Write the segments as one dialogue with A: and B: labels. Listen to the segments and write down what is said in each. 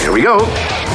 A: Here we go.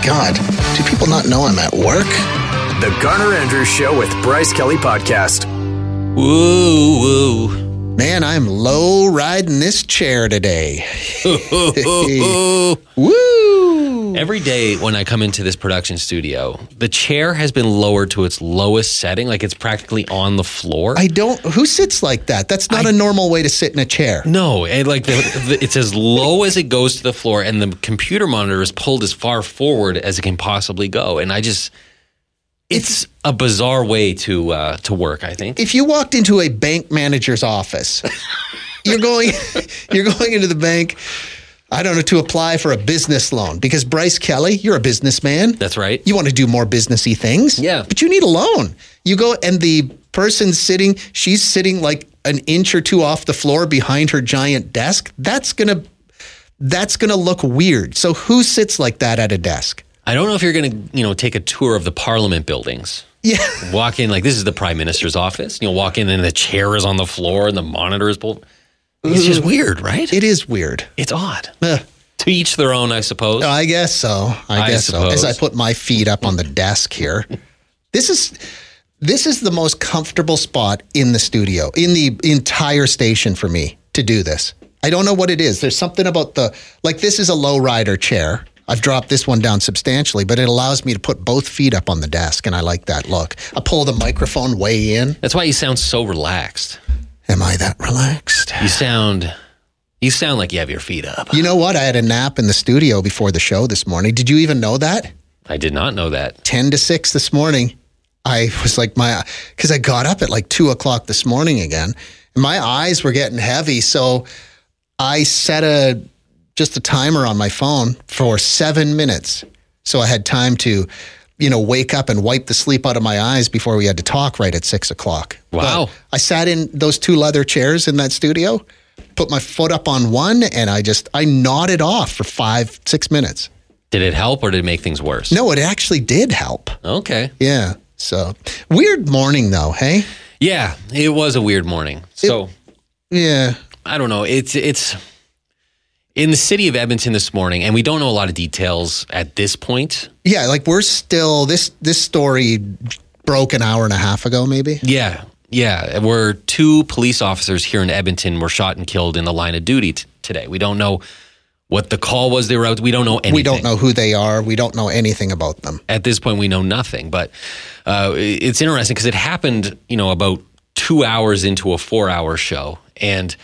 B: God, do people not know I'm at work?
C: The Garner Andrews Show with Bryce Kelly Podcast.
D: Woo, woo.
B: Man, I'm low riding this chair today.
D: Ooh.
B: Woo!
D: Every day when I come into this production studio, the chair has been lowered to its lowest setting, like it's practically on the floor.
B: I don't. Who sits like that? That's not a normal way to sit in a chair.
D: no, and like the, the, it's as low as it goes to the floor, and the computer monitor is pulled as far forward as it can possibly go. And I just, it's a bizarre way to uh, to work. I think.
B: If you walked into a bank manager's office, you're going, you're going into the bank. I don't know to apply for a business loan because Bryce Kelly, you're a businessman.
D: That's right.
B: You want to do more businessy things.
D: Yeah.
B: But you need a loan. You go and the person sitting, she's sitting like an inch or two off the floor behind her giant desk. That's gonna that's gonna look weird. So who sits like that at a desk?
D: I don't know if you're going to, you know, take a tour of the Parliament buildings.
B: Yeah.
D: Walk in like this is the Prime Minister's office. You'll walk in and the chair is on the floor and the monitor is pulled. It's just weird, right?
B: It is weird.
D: it's odd.
B: Uh,
D: To each their own, I suppose.
B: I guess so. I,
D: I
B: guess so. As I
D: suppose.
B: put my feet up on the desk here. This is this is the most comfortable spot in the studio, in the entire station for me to do this. I don't know what it is. There's something about the like this is a low rider chair. I've dropped this one down substantially, but it allows me to put both feet up on the desk and I like that look. I pull the microphone way in.
D: That's why you sound so relaxed.
B: Am I that relaxed?
D: You sound, you sound like you have your feet up.
B: You know what? I had a nap in the studio before the show this morning. Did you even know that?
D: I did not know that.
B: 10 to 6 this morning i was like my because i got up at like 2 o'clock this morning again and my eyes were getting heavy so i set a just a timer on my phone for seven minutes so i had time to you know wake up and wipe the sleep out of my eyes before we had to talk right at 6 o'clock
D: Wow.
B: But i sat in those two leather chairs in that studio put my foot up on one and i just i nodded off for five six minutes
D: Did it help or did it make things worse?
B: no it actually did help
D: Okay.
B: yeah. So weird morning though, hey?
D: Yeah, it was a weird morning. So.
B: Yeah.
D: I don't know. It's it's in the city of Edmonton this morning, and we don't know a lot of details at this point.
B: Yeah, like we're still this this story broke an hour and a half ago maybe.
D: Yeah, yeah. We're two police officers here in Edmonton were shot and killed in the line of duty t- today. We don't know what the call was they were out. We don't know anything.
B: We don't know who they are. We don't know anything about them.
D: At this point, we know nothing. But uh, i- it's interesting because it happened, you know, about two hours into a four-hour show, and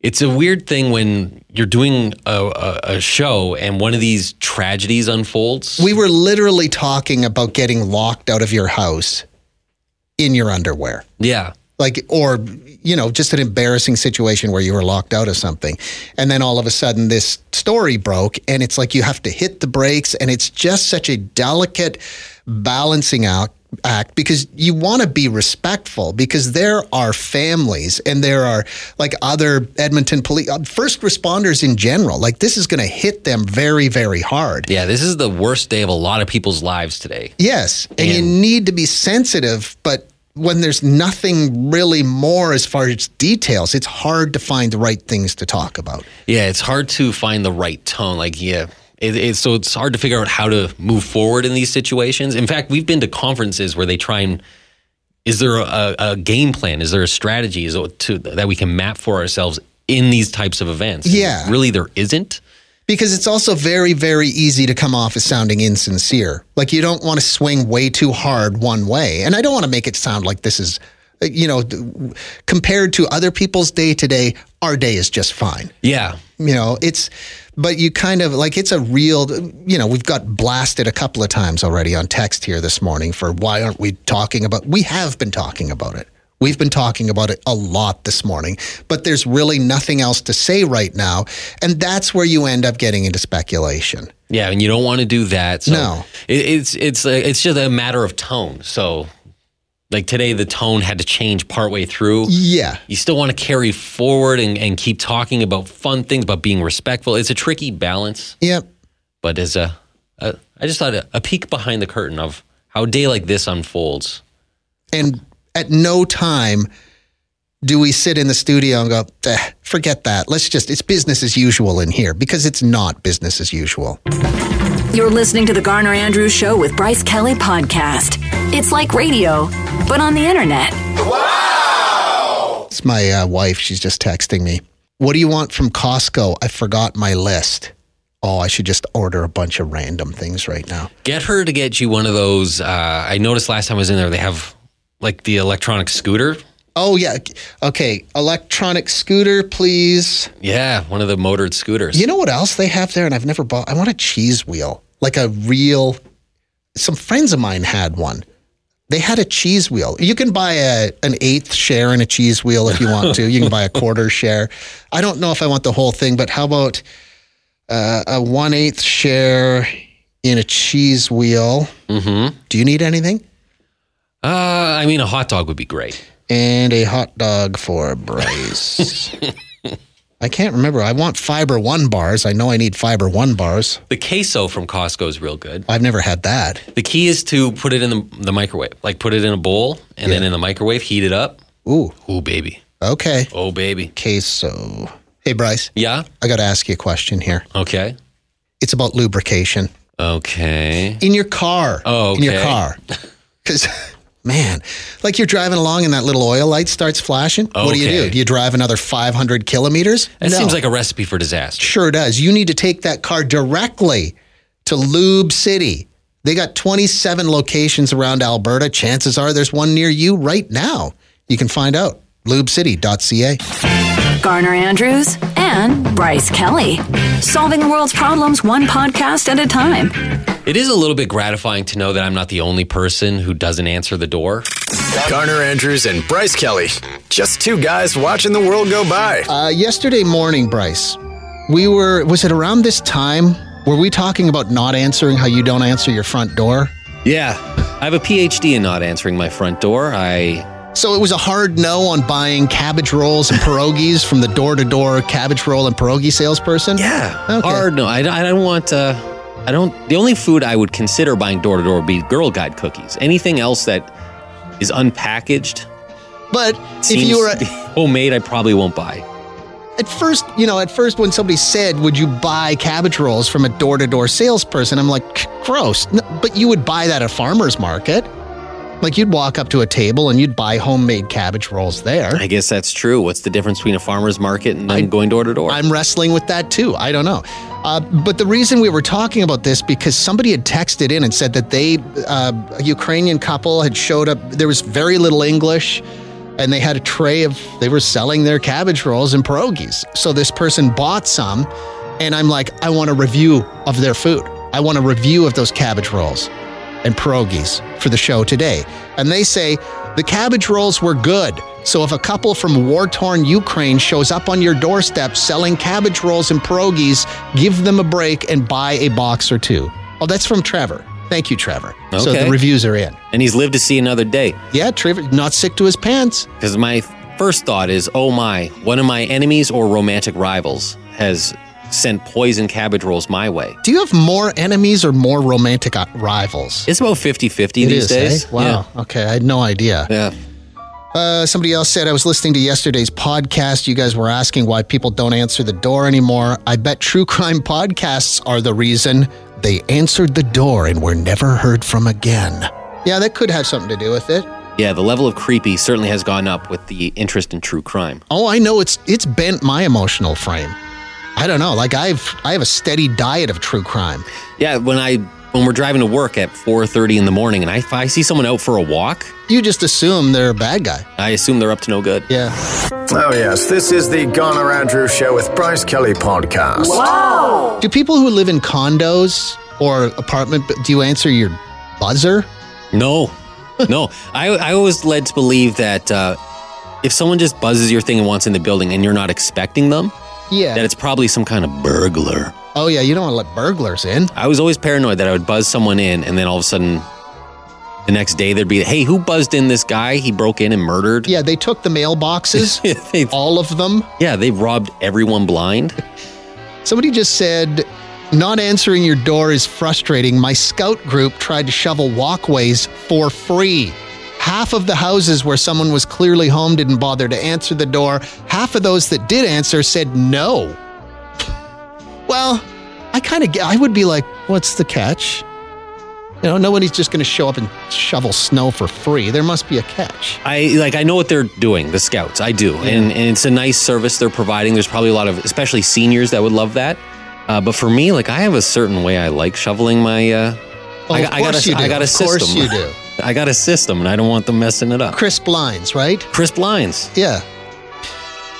D: it's a weird thing when you're doing a, a, a show and one of these tragedies unfolds.
B: We were literally talking about getting locked out of your house in your underwear.
D: Yeah.
B: Like or you know, just an embarrassing situation where you were locked out of something. And then all of a sudden this story broke and it's like you have to hit the brakes and it's just such a delicate balancing out act because you want to be respectful because there are families and there are like other Edmonton police first responders in general like this is going to hit them very very hard
D: Yeah, this is the worst day of a lot of people's lives today.
B: Yes, and, you
D: And-
B: need to be sensitive, but when there's nothing really more as far as details, it's hard to find the right things to talk about.
D: Yeah, it's hard to find the right tone. Like, yeah, it, it, so it's hard to figure out how to move forward in these situations. In fact, we've been to conferences where they try and is there a, a game plan? Is there a strategy is it to, that we can map for ourselves in these types of events? And
B: Yeah.
D: really, there isn't.
B: Because it's also very, very easy to come off as sounding insincere. Like you don't want to swing way too hard one way. And I don't want to make it sound like this is, uh, you know, d- w- compared to other people's day to day, our day is just fine.
D: Yeah,
B: you know it's but you kind of like it's a real you know we've got blasted a couple of times already on text here this morning for why aren't we talking about we have been talking about it We've been talking about it a lot this morning, but there's really nothing else to say right now. And that's where you end up getting into speculation.
D: Yeah, and you don't want to do that. So
B: No.
D: it, it's it's a, it's just a matter of tone. So, like today, the tone had to change partway through.
B: Yeah.
D: You still want to carry forward and, and keep talking about fun things, but being respectful. It's a tricky balance,
B: Yep.
D: but as a, a I just thought a, a peek behind the curtain of how a day like this unfolds.
B: And at no time do we sit in the studio and go, "Eh, forget that. Let's just, it's business as usual in here because it's not business as usual.
E: You're listening to The Garner Andrews Show with Bryce Kelly Podcast. It's like radio, but on the internet.
B: It's my uh, wife. She's just texting me. What do you want from Costco? I forgot my list. Oh, I should just order a bunch of random things right now.
D: Get her to get you one of those. Uh, I noticed last time I was in there, they have like the electronic scooter.
B: Oh, yeah. Okay. Electronic scooter, please.
D: Yeah, one of the motored scooters.
B: You know what else they have there? And I've never bought. I want a cheese wheel, like a real. Some friends of mine had one. They had a cheese wheel. You can buy a an eighth share in a cheese wheel if you want to. You can buy a quarter share. I don't know if I want the whole thing, but how about uh, a one eighth share in a cheese wheel?
D: Mm-hmm.
B: Do you need anything?
D: Uh, I mean, a hot dog would be great.
B: And a hot dog for Bryce. I can't remember. I want fiber one bars. I know I need fiber one bars.
D: The queso from Costco is real good.
B: I've never had that.
D: The key is to put it in the, the microwave, like put it in a bowl and then in the microwave, heat it up.
B: Ooh,
D: Oh, baby.
B: okay.
D: Oh, baby.
B: Queso. Hey, Bryce,
D: Yeah.
B: I got to ask you a question here.
D: Okay.
B: It's about lubrication
D: Okay.
B: in your car.
D: Oh,
B: in your
D: okay.
B: car. Because, man, like you're driving along and that little oil light starts flashing. What do you
D: Okay.
B: do? Do you drive another 500 kilometers?
D: That
B: No.
D: seems like a recipe for disaster.
B: sure does. You need to take that car directly to Lube City. They got 27 locations around Alberta. Chances are there's one near you right now. You can find out. LubeCity.ca.
E: Garner Andrews and Bryce Kelly. Solving the world's problems one podcast at a time.
D: It is a little bit gratifying to know that I'm not the only person who doesn't answer the door.
C: Garner Andrews and Bryce Kelly. Just two guys watching the world go by.
B: Uh, yesterday morning, Bryce, we were, was it around this time? Were we talking about not answering how you don't answer your front door?
D: Yeah. I have a PhD in not answering my front door. I
B: So it was a hard no on buying cabbage rolls and pierogies from the door to door cabbage roll and pierogi salesperson? Okay.
D: Hard no. I, don't- I don't want uh I don't the only food I would consider buying door to door would be girl guide cookies. Anything else that is unpackaged
B: But if
D: seems
B: you were,
D: to be homemade, I probably won't buy.
B: at first, you know, at first when somebody said, would you buy cabbage rolls from a door to door salesperson? I'm like, gross. N- But you would buy that at a farmer's market. Like you'd walk up to a table and you'd buy homemade cabbage rolls there.
D: I guess that's true. What's the difference between a farmer's market and then going door to door?
B: I'm wrestling with that too. I don't know. Uh, but the reason we were talking about this because somebody had texted in and said that they, uh, a Ukrainian couple, had showed up. There was very little English, and they had a tray of. They were selling their cabbage rolls and pierogies. So this person bought some, and I'm like, I want a review of their food. I want a review of those cabbage rolls and pierogies for the show today. And they say the cabbage rolls were good. So if a couple from war torn Ukraine shows up on your doorstep selling cabbage rolls and pierogies, give them a break and buy a box or two. Oh, that's from Trevor. Thank you, Trevor. So
D: Okay.
B: the reviews are in.
D: and he's lived to see another day.
B: Yeah, Trevor, not sick to his pants.
D: Because my first thought is, oh my, one of my enemies or romantic rivals has sent poison cabbage rolls my way.
B: Do you have more enemies or more romantic uh, rivals?
D: It's about 50 50
B: It
D: these
B: is,
D: days.
B: eh? Wow. Okay, I had no idea.
D: Yeah. Yeah.
B: Uh, somebody else said, I was listening to yesterday's podcast. You guys were asking why people don't answer the door anymore. I bet true crime podcasts are the reason they answered the door and were never heard from again. Yeah, that could have something to do with it.
D: Yeah, the level of creepy certainly has gone up with the interest in true crime.
B: Oh, I know it's it's bent my emotional frame. I don't know. Like I've I have a steady diet of true crime.
D: Yeah, when I when we're driving to work at 4:30 in the morning and I, if I see someone out for a walk,
B: You just assume they're a bad guy.
D: I assume they're up to no good.
B: Yeah.
C: Oh, yes. This is the Garner Andrews Show with Bryce Kelly podcast.
B: Do people who live in condos or apartment do you answer your buzzer?
D: No, no. I, I was led to believe that uh, if someone just buzzes your thing and wants in the building and you're not expecting them,
B: Yeah.
D: that it's probably some kind of burglar.
B: oh, yeah. You don't want to let burglars in.
D: I was always paranoid that I would buzz someone in and then all of a sudden the next day there'd be, hey, who buzzed in this guy? He broke in and murdered.
B: Yeah. They took the mailboxes,
D: They-
B: all of them.
D: yeah, they robbed everyone blind.
B: Somebody just said, not answering your door is frustrating. My scout group tried to shovel walkways for free. Half of the houses where someone was clearly home didn't bother to answer the door. Half of those that did answer said no. Well, I kind of I would be like, what's the catch? You know, nobody's just going to show up and shovel snow for free. There must be a catch.
D: I like I know what they're doing, the scouts. I do, and and it's a nice service they're providing. There's probably a lot of especially seniors that would love that. Uh, but for me, like I have a certain way I like shoveling my. Uh,
B: Oh,
D: I,
B: of
D: I got
B: course
D: a,
B: you do.
D: I got a
B: Of
D: system.
B: course you do.
D: I got a system, and I don't want them messing it up.
B: Crisp lines, right?
D: Crisp lines.
B: Yeah.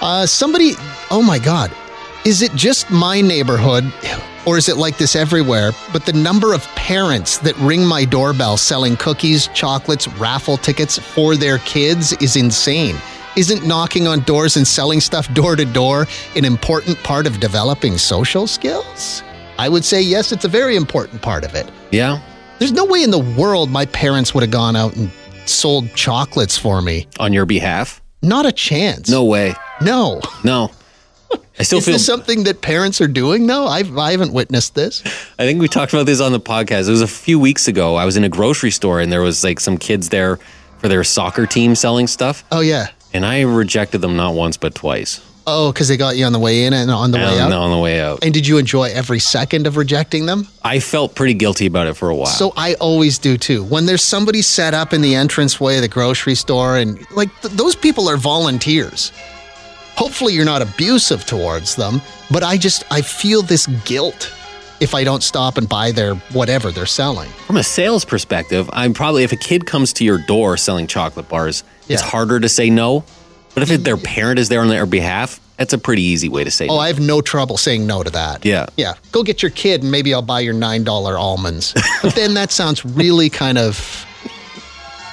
B: Uh, somebody, oh my God, is it just my neighborhood or is it like this everywhere? But the number of parents that ring my doorbell selling cookies, chocolates, raffle tickets for their kids is insane. Isn't knocking on doors and selling stuff door to door an important part of developing social skills? I would say yes, it's a very important part of it.
D: Yeah,
B: There's no way in the world my parents would have gone out and sold chocolates for me.
D: on your behalf.
B: Not a chance.
D: No way.
B: No.
D: No. I still
B: Is
D: feel.
B: this something that parents are doing though? I've I haven't witnessed this.
D: I think we talked about this on the podcast. It was a few weeks ago. I was in a grocery store, and there was like some kids there for their soccer team selling stuff,
B: Oh yeah.
D: and I rejected them not once but twice.
B: Oh, because they got you on the way in and on the way out.
D: And on the way out.
B: And did you enjoy every second of rejecting them?
D: I felt pretty guilty about it for a while.
B: So I always do too. When there's somebody set up in the entranceway of the grocery store, and like th- those people are volunteers. Hopefully, you're not abusive towards them, but I just I feel this guilt if I don't stop and buy their whatever they're selling.
D: from a sales perspective, I'm probably if a kid comes to your door selling chocolate bars, it's
B: Yeah.
D: harder to say no. But if it, their parent is there on their behalf, that's a pretty easy way to say
B: Oh,
D: no.
B: I have no trouble saying no to that.
D: Yeah.
B: Yeah. Go get your kid and maybe I'll buy your $9 almonds. But then that sounds really kind of.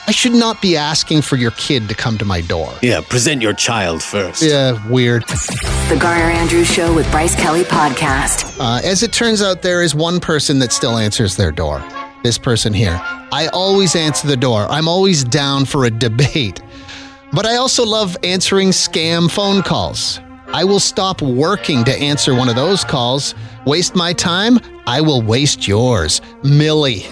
B: I should not be asking for your kid to come to my door.
D: yeah, present your child first.
B: Yeah, weird.
E: The Garner Andrews Show with Bryce Kelly Podcast.
B: Uh, as it turns out, there is one person that still answers their door. This person here. I always answer the door. I'm always down for a debate. But I also love answering scam phone calls. I will stop working to answer one of those calls. Waste my time? I will waste yours. Millie.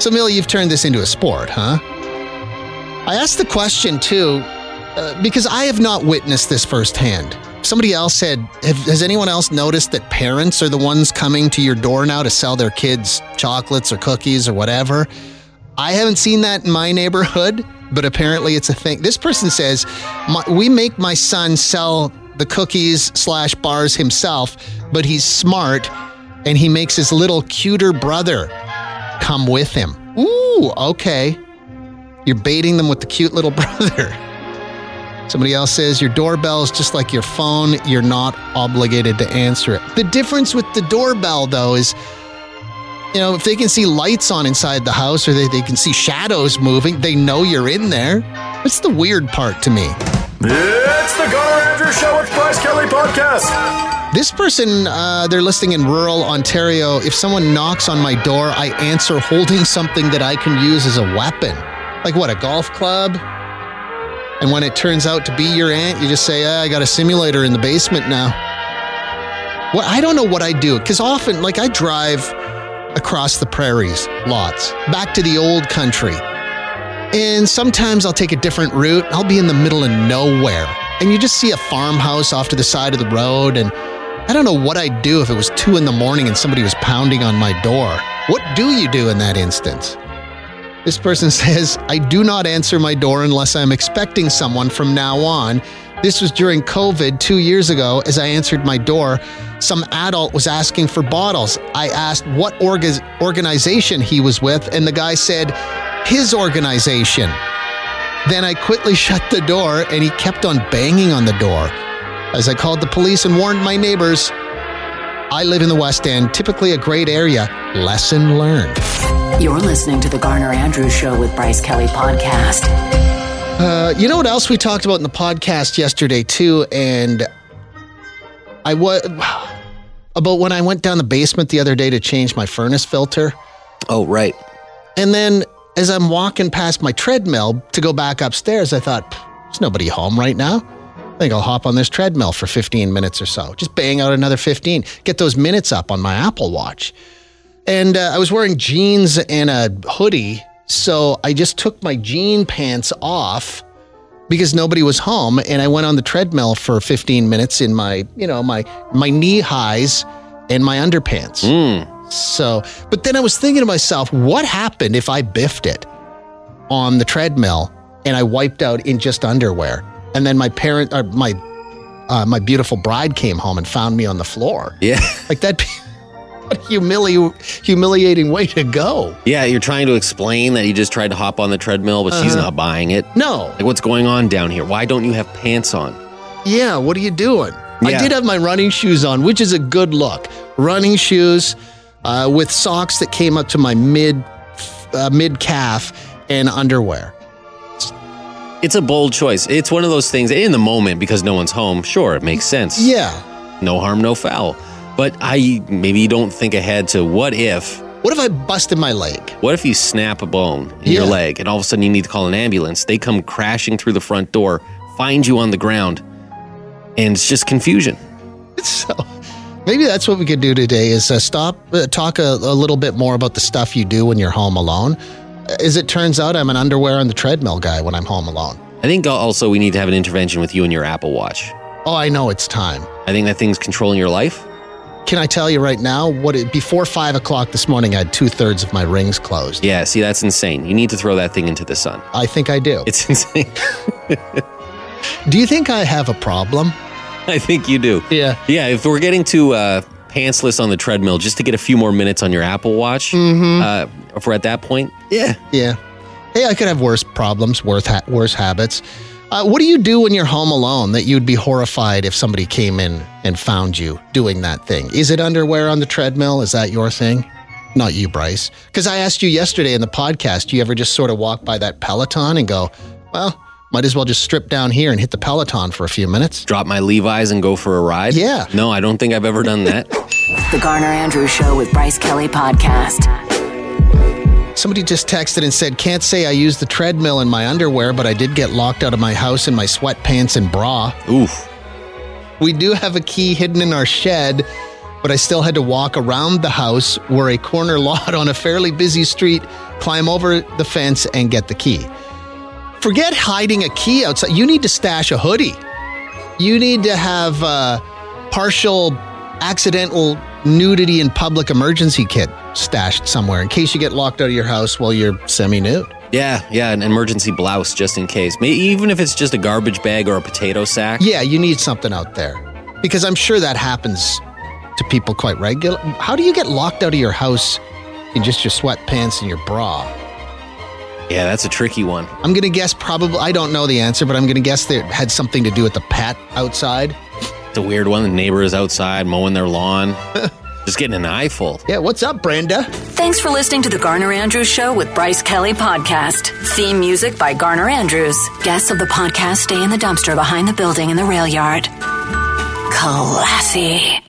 B: So, Millie, you've turned this into a sport, huh? I asked the question too uh, because I have not witnessed this firsthand. Somebody else said, have, Has anyone else noticed that parents are the ones coming to your door now to sell their kids chocolates or cookies or whatever? I haven't seen that in my neighborhood, but apparently it's a thing. This person says, my, "We make my son sell the cookies slash bars himself, but he's smart, and he makes his little cuter brother come with him." Ooh, okay. You're baiting them with the cute little brother. Somebody else says your doorbell is just like your phone. You're not obligated to answer it. The difference with the doorbell, though, is you know, if they can see lights on inside the house or they, they can see shadows moving, they know you're in there. That's the weird part to me.
A: It's the Garner Andrews Show with Bryce Kelly Podcast.
B: This person, uh, they're listing in rural Ontario. If someone knocks on my door, I answer holding something that I can use as a weapon. Like what, a golf club? And when it turns out to be your aunt, you just say, ah, I got a simulator in the basement now. Well, I don't know what I do because often, like, I drive across the prairies lots, back to the old country. And sometimes I'll take a different route. I'll be in the middle of nowhere. And you just see a farmhouse off to the side of the road. And I don't know what I'd do if it was two in the morning and somebody was pounding on my door. What do you do in that instance? This person says, I do not answer my door unless I'm expecting someone from now on. This was during COVID two years ago. As I answered my door, some adult was asking for bottles. I asked what org- organization he was with, and the guy said, his organization. Then I quickly shut the door, and he kept on banging on the door. As I called the police and warned my neighbors, I live in the West End, typically a great area. Lesson learned.
E: You're listening to The Garner Andrews Show with Bryce Kelly Podcast.
B: Uh, you know what else we talked about in the podcast yesterday too, and I was about when I went down the basement the other day to change my furnace filter,
D: Oh, right.
B: and then as I'm walking past my treadmill to go back upstairs, I thought, "Pff, "There's nobody home right now." I think I'll hop on this treadmill for 15 minutes or so. Just bang out another 15, get those minutes up on my Apple Watch. And uh, I was wearing jeans and a hoodie, so I just took my jean pants off because nobody was home and I went on the treadmill for 15 minutes in my, you know, my my knee highs and my underpants. So, but then I was thinking to myself, what happened if I biffed it on the treadmill and I wiped out in just underwear? And then my parent or my uh, my beautiful bride came home and found me on the floor.
D: Yeah.
B: Like that what a humili- humiliating way to go.
D: Yeah, you're trying to explain that you just tried to hop on the treadmill, but
B: Uh-huh.
D: she's not buying it.
B: No.
D: Like, what's going on down here? Why don't you have pants on?
B: Yeah, what are you doing? I
D: Yeah.
B: did have my running shoes on, which is a good look. Running shoes uh, with socks that came up to my mid uh, mid calf and underwear.
D: It's a bold choice. It's one of those things in the moment because no one's home. Sure, it makes sense.
B: Yeah.
D: No harm, no foul. But I maybe you don't think ahead to what if
B: What if I busted my leg?
D: what if you snap a bone in your
B: Yeah.
D: leg and all of a sudden you need to call an ambulance? They come crashing through the front door, find you on the ground, and it's just confusion.
B: So maybe that's what we could do today is uh, stop, uh, talk a, a little bit more about the stuff you do when you're home alone. Uh, As it turns out, I'm an underwear on the treadmill guy when I'm home alone.
D: I think al- also we need to have an intervention with you and your Apple Watch.
B: Oh, I know it's time.
D: I think that thing's controlling your life.
B: Can I tell you right now what? It, before five o'clock this morning, I had two thirds of my rings closed.
D: Yeah, see, that's insane. You need to throw that thing into the sun.
B: I think I do.
D: It's insane.
B: do you think I have a problem?
D: I think you do.
B: Yeah.
D: Yeah, if we're getting to uh, pantsless on the treadmill just to get a few more minutes on your Apple Watch, uh,
B: Mm-hmm.
D: if we're at that point, yeah.
B: Yeah. Hey, I could have worse problems, worse, ha- worse habits. Uh, what do you do when you're home alone that you'd be horrified if somebody came in and found you doing that thing? Is it underwear on the treadmill? Is that your thing? Not you, Bryce. Because I asked you yesterday in the podcast, do you ever just sort of walk by that Peloton and go, well, might as well just strip down here and hit the Peloton for a few minutes?
D: Drop my Levi's and go for a ride.
B: Yeah.
D: No, I don't think I've ever done that.
E: The Garner Andrews Show with Bryce Kelly Podcast.
B: Somebody just texted and said, can't say I used the treadmill in my underwear, but I did get locked out of my house in my sweatpants and bra.
D: Oof.
B: We do have a key hidden in our shed, but I still had to walk around the house where a corner lot on a fairly busy street, climb over the fence, and get the key. Forget hiding a key outside. You need to stash a hoodie. You need to have a partial accidental nudity and public emergency kit stashed somewhere in case you get locked out of your house while you're semi nude.
D: Yeah, yeah, an emergency blouse just in case. May even if it's just a garbage bag or a potato sack.
B: Yeah, you need something out there because I'm sure that happens to people quite regular. How do you get locked out of your house in just your sweatpants and your bra?
D: Yeah, that's a tricky one.
B: I'm going to guess probably, I don't know the answer, but I'm going to guess that it had something to do with the pet outside.
D: It's a weird one. The neighbor is outside mowing their lawn, just getting an eyeful.
B: Yeah, what's up, Brenda?
E: Thanks for listening to the Garner Andrews Show with Bryce Kelly Podcast. Theme music by Garner Andrews. Guests of the podcast stay in the dumpster behind the building in the rail yard. Classy.